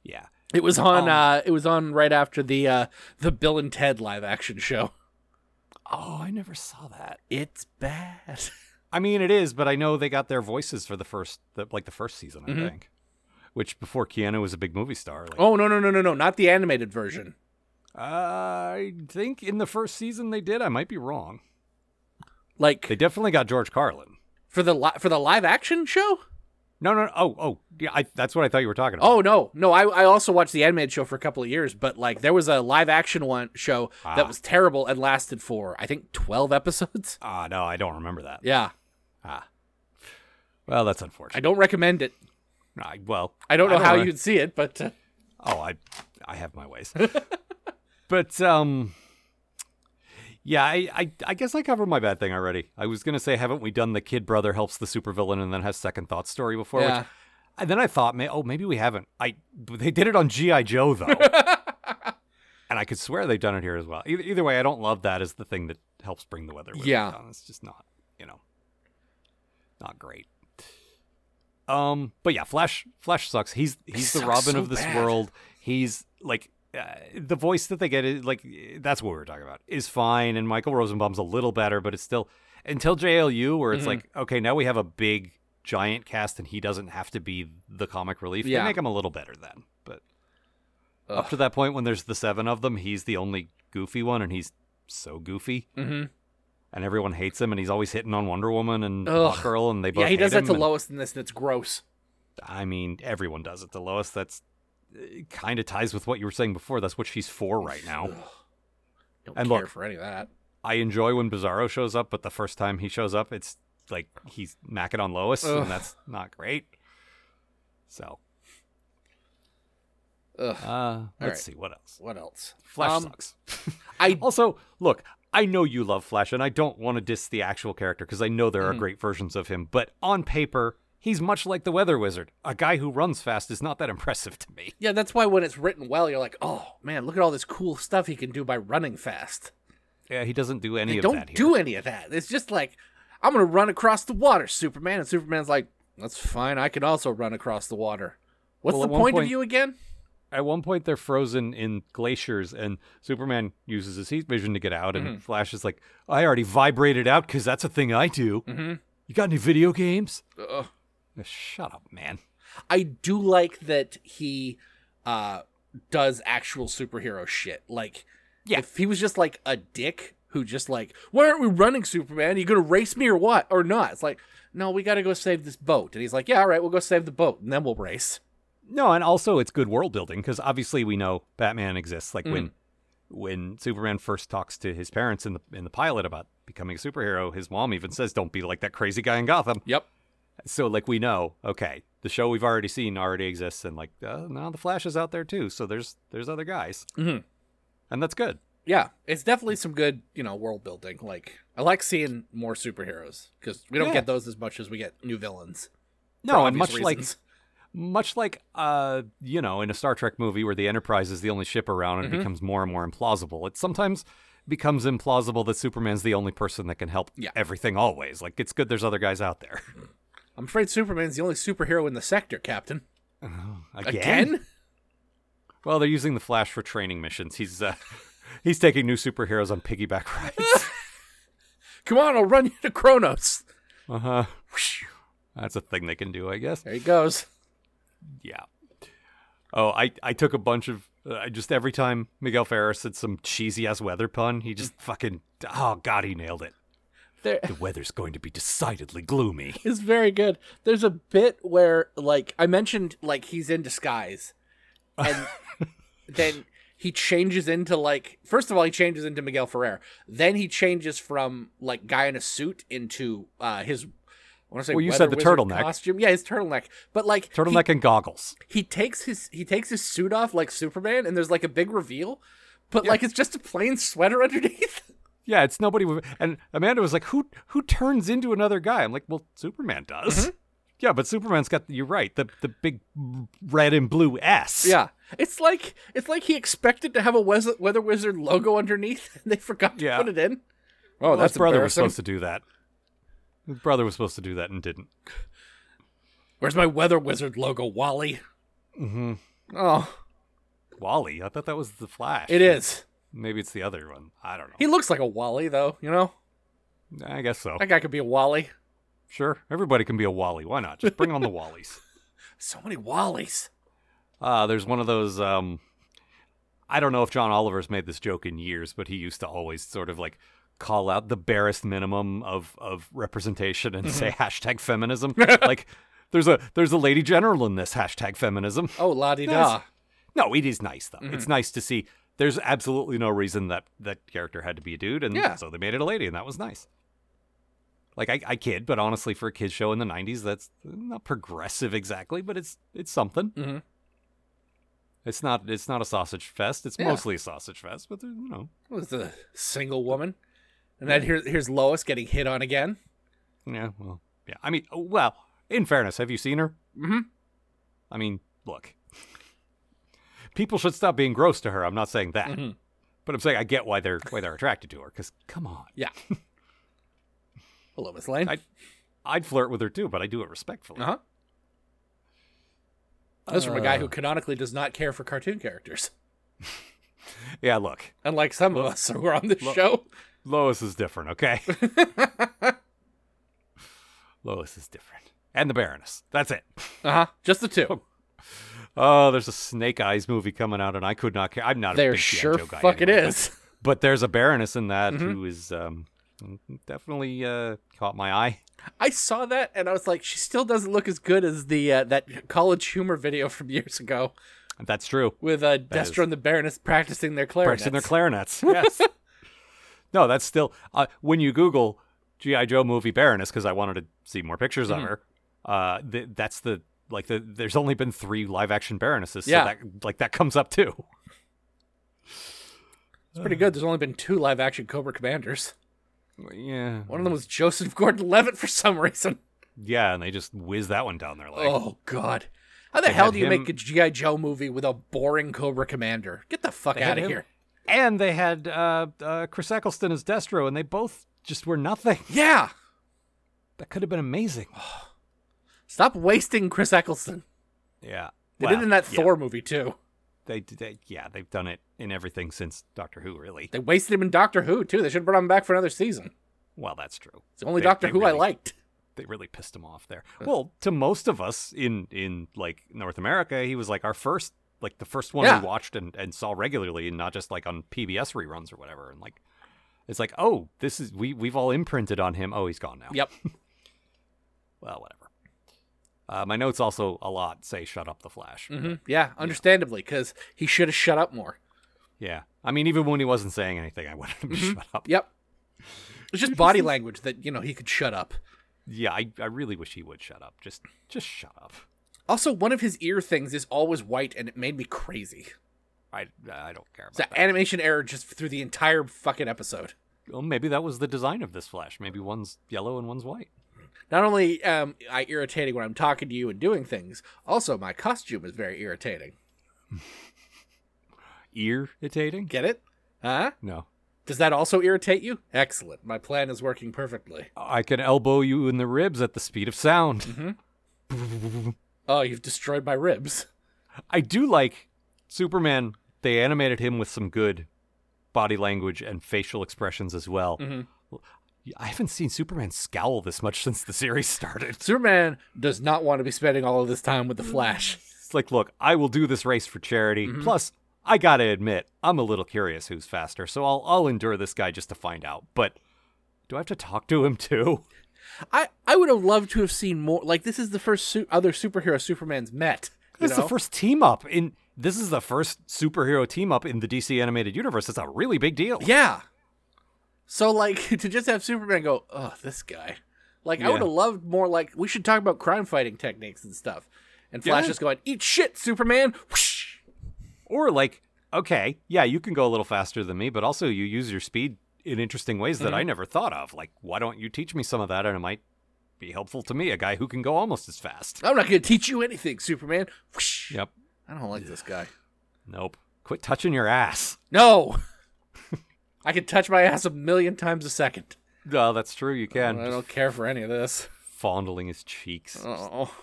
yeah.
It was
Um,
on. uh, it was on right after the uh, the Bill and Ted live action show.
Oh, I never saw that.
It's bad.
I mean, it is, but I know they got their voices for the first, the, like the first season, I think. Which before Keanu was a big movie star. Like,
Mm-hmm. Oh no no no no no! Not the animated version.
I think in the first season they did. I might be wrong.
Like
They definitely got George Carlin.
for the li- for the live action show.
No, no, no. oh, oh, yeah. I, that's what I thought you were talking about.
Oh no, no! I, I also watched the animated show for a couple of years, but like there was a live action one show
Ah.
that was terrible and lasted for I think twelve episodes.
ah, no, I don't remember that.
Yeah,
Well, that's
I
unfortunate.
don't recommend it.
I, well,
I don't know how
re-
you'd see it, but uh,
Oh, I I have my ways. but um yeah, I, I I guess I covered my bad thing already. I was gonna say, haven't we done the kid brother helps the supervillain and then has second thoughts story before?
Yeah.
Which, and then I thought, may, oh, maybe we haven't. I they did it on GI Joe though, and I could swear they've done it here as well. Either, either way, I don't love that as the thing that helps bring the weather. with it
Yeah.
down. it's just not you know not great. Um, but yeah, Flash Flash sucks. He's he's the
sucks
Robin
so
of this
bad.
world. He's like uh, the voice that they get is like that's what we were talking about is fine, and Michael Rosenbaum's a little better, but it's still until JLU where
Mm-hmm.
it's like okay, now we have a big giant cast, and he doesn't have to be the comic relief.
Yeah.
They make him a little better then, but up to that point when there's the seven of them, he's the only goofy one, and he's so goofy.
Mhm.
And everyone hates him, and he's always hitting on Wonder Woman and
Ugh.
Batgirl, and they both
yeah, he
hate
does that
him,
to
and-
Lois in this, and it's gross.
I mean, everyone does it. The lowest that's kind of ties with what you were saying before. That's what she's for right now.
Don't
And
care
look-
for any of that.
I enjoy when Bizarro shows up, but the first time he shows up, it's like he's macking on Lois,
Ugh.
and that's not great. So,
Ugh.
uh, let's
right.
see what else.
What else?
Flash
Um,
sucks.
I
Also, look, I know you love Flash, and I don't want to diss the actual character because I know there are great versions of him, but on paper, he's much like the Weather Wizard. A guy who runs fast is not that impressive to me.
yeah, that's why when it's written well, you're like, oh man, look at all this cool stuff he can do by running fast.
Yeah, he doesn't do any
They
of
don't
that here.
do any of that. It's just like I'm gonna run across the water, Superman, and Superman's like, "That's fine. I can also run across the water." What's
Well,
the
at one
point, of
point-
view again?
At one point, they're frozen in glaciers, and Superman uses his heat vision to get out, and Flash is like, I already vibrated out because that's a thing I do. Mm-hmm. You got any video games?
Ugh.
Uh, Shut up, man.
I do like that he uh does actual superhero shit. Like
Yeah.
if he was just like a dick who just like, why aren't we running Superman? Are you gonna race me or what? Or not? It's like, no, we gotta go save this boat. And he's like, Yeah, all right, we'll go save the boat and then we'll race.
No, and also it's good world building because obviously we know Batman exists. Like
Mm.
when when Superman first talks to his parents in the in the pilot about becoming a superhero, his mom even says, "Don't be like that crazy guy in Gotham."
Yep.
So like we know, okay, the show we've already seen already exists, and like uh, now the Flash is out there too. So there's there's other guys,
Mhm.
and that's good.
Yeah. It's definitely some good, you know, world building. Like I like seeing more superheroes because we don't
Yeah.
get those as much as we get new villains. for
No, and much
obvious
like
reasons.
much like uh you know in a star trek movie where the enterprise is the only ship around
Mm-hmm.
and it becomes more and more implausible it sometimes becomes implausible that superman's the only person that can help
Yeah.
everything always like it's good there's other guys out there
I'm afraid Superman's the only superhero in the sector, Captain. Again?
well they're using the flash for training missions he's uh he's taking new superheroes on piggyback rides
Come on, I'll run you to Kronos.
uh-huh that's a thing they can do i guess
There he goes.
Yeah. Oh, I, I took a bunch of uh, I just every time Miguel Ferrer said some cheesy ass weather pun, he just fucking oh god, he nailed it.
There-
The weather's going to be decidedly gloomy.
It's very good. There's a bit where, like, I mentioned, like, he's in disguise. And then he changes into, like, first of all, he changes into Miguel Ferrer. Then he changes from, like, guy in a suit into uh, his, I want to say,
Well, you said
weather
the
wizard
turtleneck.
Costume. Yeah, his turtleneck. But, like,
Turtleneck and goggles.
he, he takes his he takes his suit off like Superman, and there's, like, a big reveal. But, like, it's just a plain sweater underneath.
Yeah, it's nobody with and Amanda was like, Who who turns into another guy? I'm like, Well, Superman does.
Mm-hmm.
Yeah, but Superman's got you're right, the the big red and blue S.
Yeah. It's like it's like he expected to have a Wes- Weather Wizard logo underneath, and they forgot to
Yeah.
put it in. Oh,
Well, his brother was supposed to do that. His brother was supposed to do that and didn't.
Where's my Weather Wizard logo, Wally?
Mm-hmm.
Oh,
Wally, I thought that was the Flash.
it is.
Maybe it's the other one. I don't know.
He looks like a Wally, though. You know,
I guess so.
that guy could be a Wally.
Sure. Everybody can be a Wally. Why not? Just bring on the Wallies.
So many Wallies.
Uh, there's one of those. Um, I don't know if John Oliver's made this joke in years, but he used to always sort of like call out the barest minimum of, of representation and say hashtag feminism. like, there's a there's a lady general in this hashtag feminism.
Oh, la di da.
That's- No, it is nice though. It's
Mm-hmm.
nice to see. There's absolutely no reason that that character had to be a dude, and
Yeah.
so they made it a lady, and that was nice. Like I, I kid, but honestly, for a kids show in the '90s, that's not progressive exactly, but it's it's something.
Mhm.
It's not it's not a sausage fest. It's
Yeah.
mostly a sausage fest, but there- you know,
What was the single woman? And then here, here's Lois getting hit on again.
yeah, well, yeah. I mean, oh, well, in fairness, have you seen her? Mm-hmm. I mean, look, people should stop being gross to her. I'm not saying that,
Mm-hmm.
but I'm saying I get why they're why they're attracted to her. Because come on,
Yeah. Hello, Miss Lane.
I- I'd flirt with her too, but I do it respectfully.
Uh huh. That's from a
Uh.
guy who canonically does not care for cartoon characters,
Yeah, look,
unlike some of us who are on this show.
Lois is different. Okay, Lois is different, and the Baroness. That's it.
Uh huh. Just the two.
Oh, there's a Snake Eyes movie coming out, and I could not care. I'm not a
There
big G.I.
sure
Joe guy
fuck
anyway,
it
but-
is.
But, there's a Baroness in that
Mm-hmm.
who is um, definitely uh, caught my eye.
I saw that and I was like, she still doesn't look as good as the uh, that college humor video from years ago
That's true.
with uh,
is-
Destro and the Baroness practicing their clarinets.
Practicing their clarinets. Yes. no, that's still uh, when you Google GI Joe movie Baroness because I wanted to see more pictures
Mm-hmm.
of her. Uh, th- that's the like the there's only been three live action Baronesses.
Yeah.
So that like that comes up too.
It's pretty good. There's only been two live action Cobra Commanders.
Yeah.
One of them was Joseph Gordon Levitt for some reason.
Yeah, and they just whiz that one down their leg.
oh, God. How the hell
had
do you
him-
make a G.I. Joe movie with a boring Cobra Commander? Get the fuck
They had
out of
him-
here.
And they had uh, uh, Chris Eccleston as Destro, and they both just were nothing.
Yeah. Oh.
That could have been amazing.
Stop wasting Chris Eccleston.
Yeah.
They
Well,
did it in that
yeah.
Thor movie too.
They, they, yeah, they've done it in everything since Doctor Who, really.
They wasted him in Doctor Who too. They should have brought him back for another season.
Well, that's true.
It's the only
They-
Doctor
they
Who I
really-
liked.
They really pissed him off there. Well, to most of us in in like North America, he was like our first, like the first one
Yeah.
we watched and, and saw regularly, and not just like on PBS reruns or whatever. And like, it's like, oh, this is we we've all imprinted on him. Oh, he's gone now.
Yep.
Well, whatever. Uh, my notes also a lot say "shut up, the Flash."
hmm Yeah, understandably, because he should have shut up more.
Yeah, I mean, even when he wasn't saying anything, I wanted him to
Mm-hmm.
shut up.
Yep. It's just body language that you know he could shut up.
Yeah, I, I really wish he would shut up. Just just shut up.
Also, one of his ear things is always white, and it made me crazy.
I I don't care about
It's an
that.
animation error just through the entire fucking episode.
e, Well, maybe that was the design of this Flash. Maybe one's yellow and one's white.
Not only am I irritating when I'm talking to you and doing things, also my costume is very irritating.
Irritating?
Get it? Huh?
No.
Does that also irritate you? Excellent. My plan is working perfectly.
I can elbow you in the ribs at the speed of sound.
Oh, you've destroyed my ribs.
I do like Superman. They animated him with some good body language and facial expressions as well. I haven't seen Superman scowl this much since the series started.
Superman does not want to be spending all of this time with the Flash.
It's like, look, I will do this race for charity.
Mm-hmm.
Plus, I gotta admit, I'm a little curious who's faster, so I'll I'll endure this guy just to find out. But do I have to talk to him too?
I, I would have loved to have seen more. Like, this is the first su- other superhero Superman's met. you
This is
know?
the first team up in this is the first superhero team up in the DC animated universe. It's a really big deal.
Yeah. So, like, to just have Superman go, oh, this guy. Like, I
Yeah.
would have loved more, like, we should talk about crime fighting techniques and stuff. And Flash
Yeah.
just going, eat shit, Superman. Whoosh.
Or like, okay, yeah, you can go a little faster than me, but also you use your speed in interesting ways that
Mm-hmm.
I never thought of. Like, why don't you teach me some of that and it might be helpful to me, a guy who can go almost as fast.
I'm not going to teach you anything, Superman. Whoosh.
Yep.
I don't like this guy.
Nope. Quit touching your ass.
No. I can touch my ass a million times a second.
No, that's true. You can.
Oh, I
Just
don't care for any of this.
fondling his cheeks. Just,
Oh,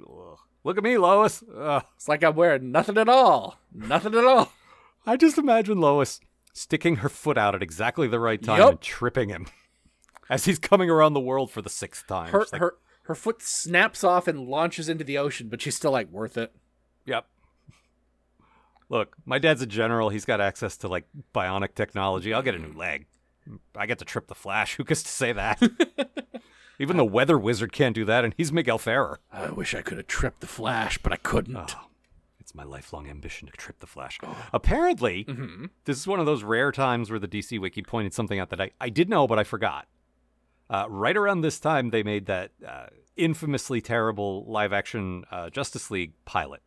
ugh. Look at me, Lois. Ugh.
it's like I'm wearing nothing at all. Nothing at all.
I just imagine Lois sticking her foot out at exactly the right time
Yup.
and tripping him as he's coming around the world for the sixth time.
Her
She's like,
her her foot snaps off and launches into the ocean, but she's still like worth it.
Yep. Look, my dad's a general. He's got access to like bionic technology. I'll get a new leg. I get to trip the Flash. Who gets to say that? Even the weather wizard can't do that, and he's Miguel Ferrer.
I wish I could have tripped the Flash, but I couldn't.
Ah. It's my lifelong ambition to trip the Flash. Apparently,
Mm-hmm.
this is one of those rare times where the DC Wiki pointed something out that I, I did know, but I forgot. Uh, right around this time, they made that uh, infamously terrible live action uh, Justice League pilot.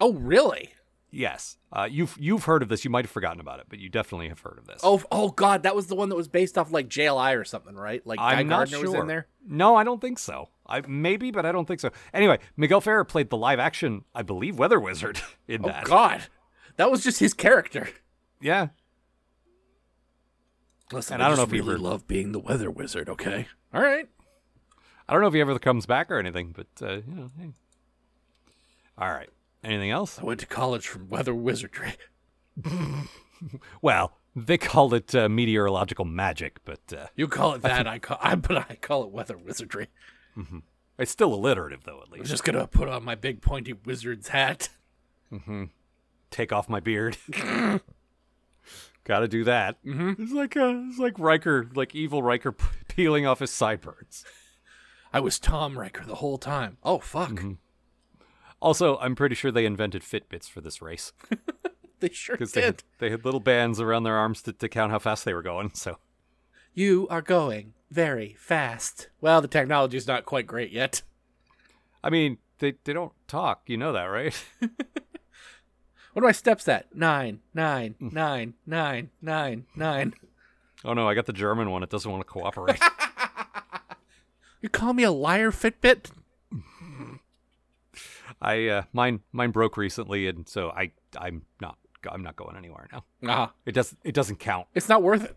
Oh, really?
Yes. Uh, you've, you've heard of this. You might have forgotten about it, but you definitely have heard of this.
Oh, oh God, that was the one that was based off like JLI or something, right? Like Guy
I'm not
Gardner
sure.
was in there.
No, I don't think so. I Maybe, but I don't think so. Anyway, Miguel Ferrer played the live action, I believe, Weather Wizard in
Oh
that.
God, that was just his character.
Yeah.
Listen,
And I don't know if you heard-
love being the weather wizard. Okay, all right.
I don't know if he ever comes back or anything, but uh, you know, hey. All right. Anything else?
I went to college from weather wizardry.
Well, they called it uh, meteorological magic, but uh,
You call it that, I call I but I call it weather wizardry.
it's still alliterative, though. At
I was
least
just gonna put on my big pointy wizard's hat.
take off my beard. Got to do that. Mm-hmm. It's like uh, it's like Riker, like evil Riker, p- peeling off his sideburns.
I was Tom Riker the whole time. Oh fuck.
Mm-hmm. Also, I'm pretty sure they invented Fitbits for this race
They sure did.
because they had, they had little bands around their arms to, to count how fast they were going. So
You are going very fast. Well, the technology's not quite great yet.
I mean, they they don't talk. You know that, right?
What are my steps at? Nine, nine,
Mm.
nine, nine, nine, nine.
Oh no, I got the German one. It doesn't want to cooperate.
You call me a liar, Fitbit?
I uh, mine mine broke recently, and so I I'm not I'm not going anywhere now.
Nah,
It does it doesn't count.
it's not worth it.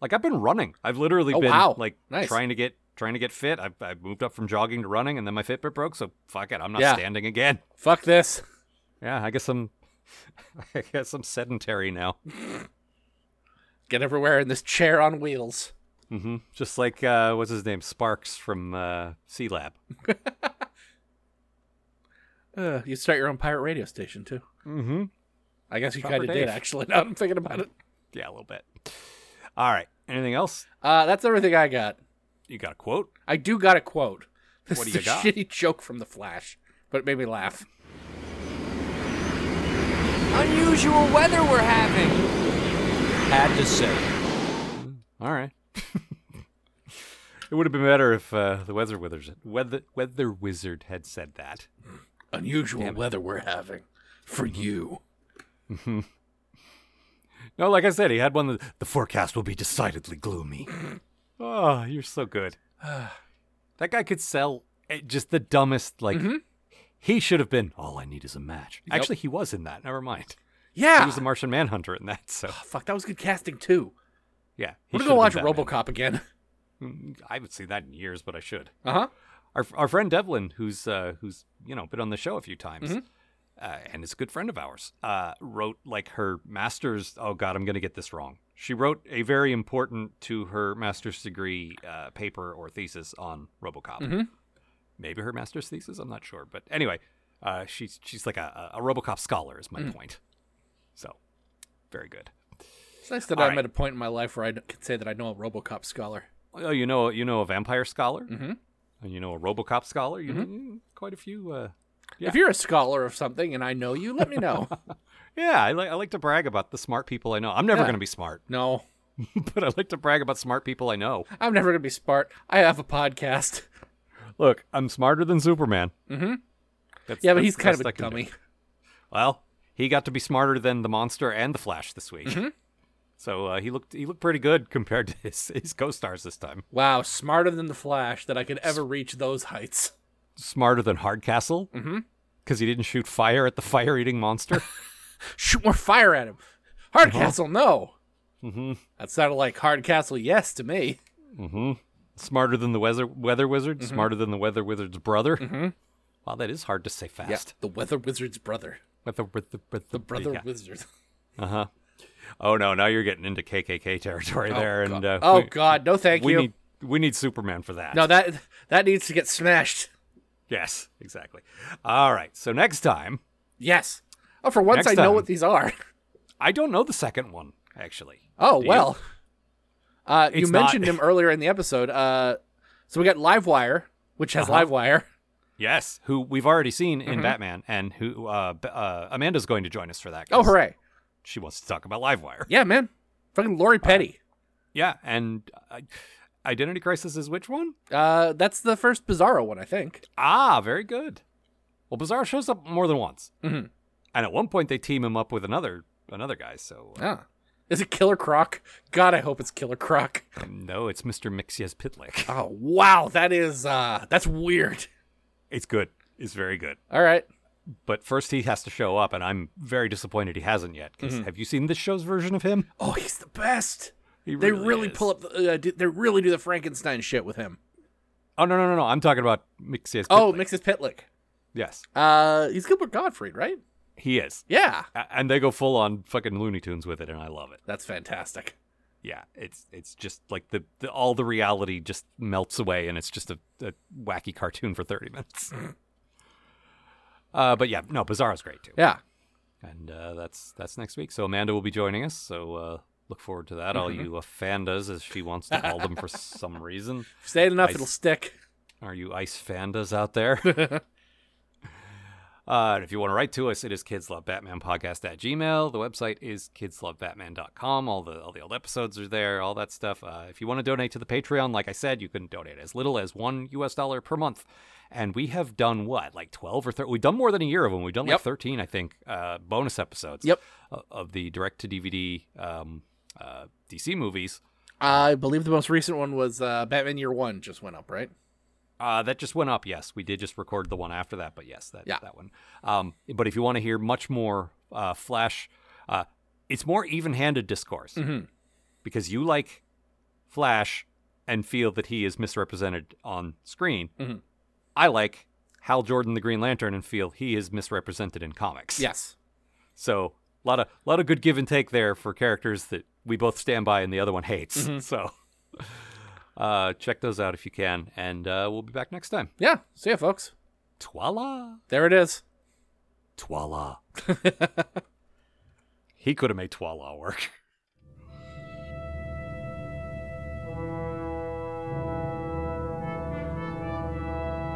Like I've been running. I've literally
Oh,
been
wow.
like
Nice.
trying to get trying to get fit. I've, I've moved up from jogging to running, and then my Fitbit broke. So fuck it, I'm not
Yeah.
standing again.
Fuck this.
Yeah, I guess I'm. I guess I'm sedentary now.
Get everywhere in this chair on wheels.
hmm Just like uh, what's his name, Sparks from uh, C Lab.
Uh, you start your own pirate radio station too.
Mm-hmm.
I guess you
Proper
kind of did
Dave. Mm-hmm.
actually. Now that I'm thinking about it.
Yeah, a little bit. All right. Anything else?
Uh, that's everything I got.
You got a quote?
I do got a quote. This
What do
is
you
a
got?
shitty joke from The Flash, but it made me laugh.
Unusual weather we're having. Had to say.
All right. it would have been better if uh, the weather wizard, weather weather wizard, had said that.
Unusual weather we're having for you.
No, like I said, he had one. That, the forecast will be decidedly gloomy. oh, you're so good. that guy could sell eh, just the dumbest. Like
Mm-hmm.
he should have been. All I need is a match. Actually, he was in that. Never mind.
Yeah.
He was the Martian Manhunter in that. So
Oh, fuck, that was good casting too.
yeah, he
We're
should
gonna go watch
have been Batman.
RoboCop again.
Mm, I haven't seen that in years, but I should.
Uh huh.
Our our friend Devlin, who's uh, who's you know been on the show a few times. Uh, and is a good friend of ours. Uh, wrote like her master's. Oh God, I'm gonna get this wrong. She wrote a very important to her master's degree uh, paper or thesis on RoboCop. Maybe her master's thesis. I'm not sure, but anyway, uh, she's she's like a, a a RoboCop scholar. Is my point. So, very good.
It's nice that
All
I'm
right.
at a point in my life where I can say that I know a RoboCop scholar.
Oh, you know, you know a vampire scholar, mm-hmm. and you know a RoboCop scholar. You know quite a few. Uh, Yeah.
If you're a scholar of something and I know you, let me know.
yeah, I, li- I like to brag about the smart people I know. I'm never
Yeah.
going to be smart,
no,
but I like to brag about smart people I know.
I'm never gonna be smart. I have a podcast.
Look, I'm smarter than Superman. Mm-hmm. That's,
Yeah, but
that's
he's
the
kind of
best
a
I can do.
dummy.
Well, he got to be smarter than the monster and the Flash this week.
Mm-hmm.
So uh, he looked he looked pretty good compared to his, his co-stars this time.
Wow, smarter than the Flash that I could ever reach those heights.
Smarter than Hardcastle because
Mm-hmm.
he didn't shoot fire at the fire-eating monster.
Shoot more fire at him. Hardcastle, no. Mm-hmm. That sounded like Hardcastle, yes, to me.
mm-hmm. smarter than the weather weather wizard,
Mm-hmm.
smarter than the weather wizard's brother. Wow, that is hard to say fast.
The Weather Wizard's brother,
Weather, weather, weather,
the brother
yeah.
wizard.
Oh no, now you're getting into KKK territory there,
God.
and uh,
oh
we,
God, no, thank
we
you.
need we need Superman for that.
No, that that needs to get smashed.
yes, exactly. All right, so next time
Yes. Oh, for once
Next
I know
time.
what these are.
I don't know the second one actually.
Oh
Do you?
well. Uh, you
It's not-
mentioned him earlier in the episode. Uh, so we got Livewire, which has
Uh-huh.
Livewire.
Yes, who we've already seen
Mm-hmm.
in Batman, and who uh, B- uh, Amanda's going to join us for that.
Oh
'cause
hooray!
She wants to talk about Livewire.
Yeah, man. Fucking Lori Petty.
Yeah, and uh, Identity Crisis is which one?
Uh, that's the first Bizarro one, I think.
Ah, very good. Well, Bizarro shows up more than once, mm-hmm. and at one point they team him up with another another guy. So uh,
Ah. Is it Killer Croc? God, I hope it's Killer Croc.
no, it's Mister Mixias Pitlick.
Oh wow, that is uh, that's weird.
It's good. It's very good.
All right.
But first he has to show up, and I'm very disappointed he hasn't yet. 'cause
Mm-hmm.
have you seen this show's version of him?
Oh, he's the best.
He
they really
is.
pull up. The, uh, do, they really do the Frankenstein shit with him.
Oh no no no no! I'm talking about Mixias.
Oh,
Pitlick.
Mixes Pitlick.
yes,
Uh, he's Gilbert Gottfried, right?
he is.
Yeah,
A- And they go full on fucking Looney Tunes with it, and I love it.
that's fantastic.
Yeah, it's it's just like the, the all the reality just melts away, and it's just a, a wacky cartoon for thirty minutes. uh, but yeah, no, Bizarro's great too,
Yeah.
and uh, that's that's next week. So Amanda will be joining us. So uh, look forward to that, all you uh, fandas, as she wants to call them for some reason.
Say it enough,
I
it'll
s-
stick.
Are you ice fandas out there? uh, and if you want to write to us, it is kidslovebatmanpodcast at gmail. The website is kidslovebatman.com. All the all the old episodes are there, all that stuff. Uh, if you want to donate to the Patreon, like I said, you can donate as little as one US dollar per month. And we have done what, like 12 or 13? We've done more than a year of them. We've done like
Yep.
13, I think, uh, bonus episodes
Yep.
o- of the direct to DVD um, uh, DC movies.
I believe the most recent one was uh, Batman Year One just went up, right?
Uh, that just went up. Yes, we did just record the one after that, but yes, that
Yeah.
that one. Um, but if you want to hear much more uh, Flash, uh, it's more even-handed discourse because you like Flash and feel that he is misrepresented on screen. I like Hal Jordan, the Green Lantern, and feel he is misrepresented in comics.
Yes.
So a lot of lot of good give and take there for characters that we both stand by and the other one hates. So uh, check those out if you can, and uh, we'll be back next time.
Yeah. See ya, folks.
Twala,
There it is.
twala. he could have made twala work.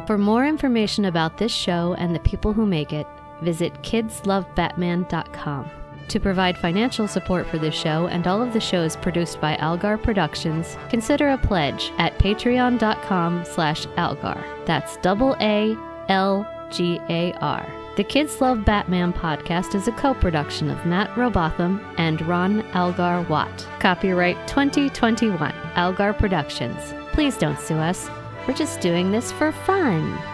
For more information about this show and the people who make it, visit kidslovebatman.com. To provide financial support for this show and all of the shows produced by Algar Productions, consider a pledge at patreon.com slash algar. That's double A L G A R. The Kids Love Batman podcast is a co production of Matt Robotham and Ron Algar Watt. Copyright 2021, Algar Productions. Please don't sue us. We're just doing this for fun.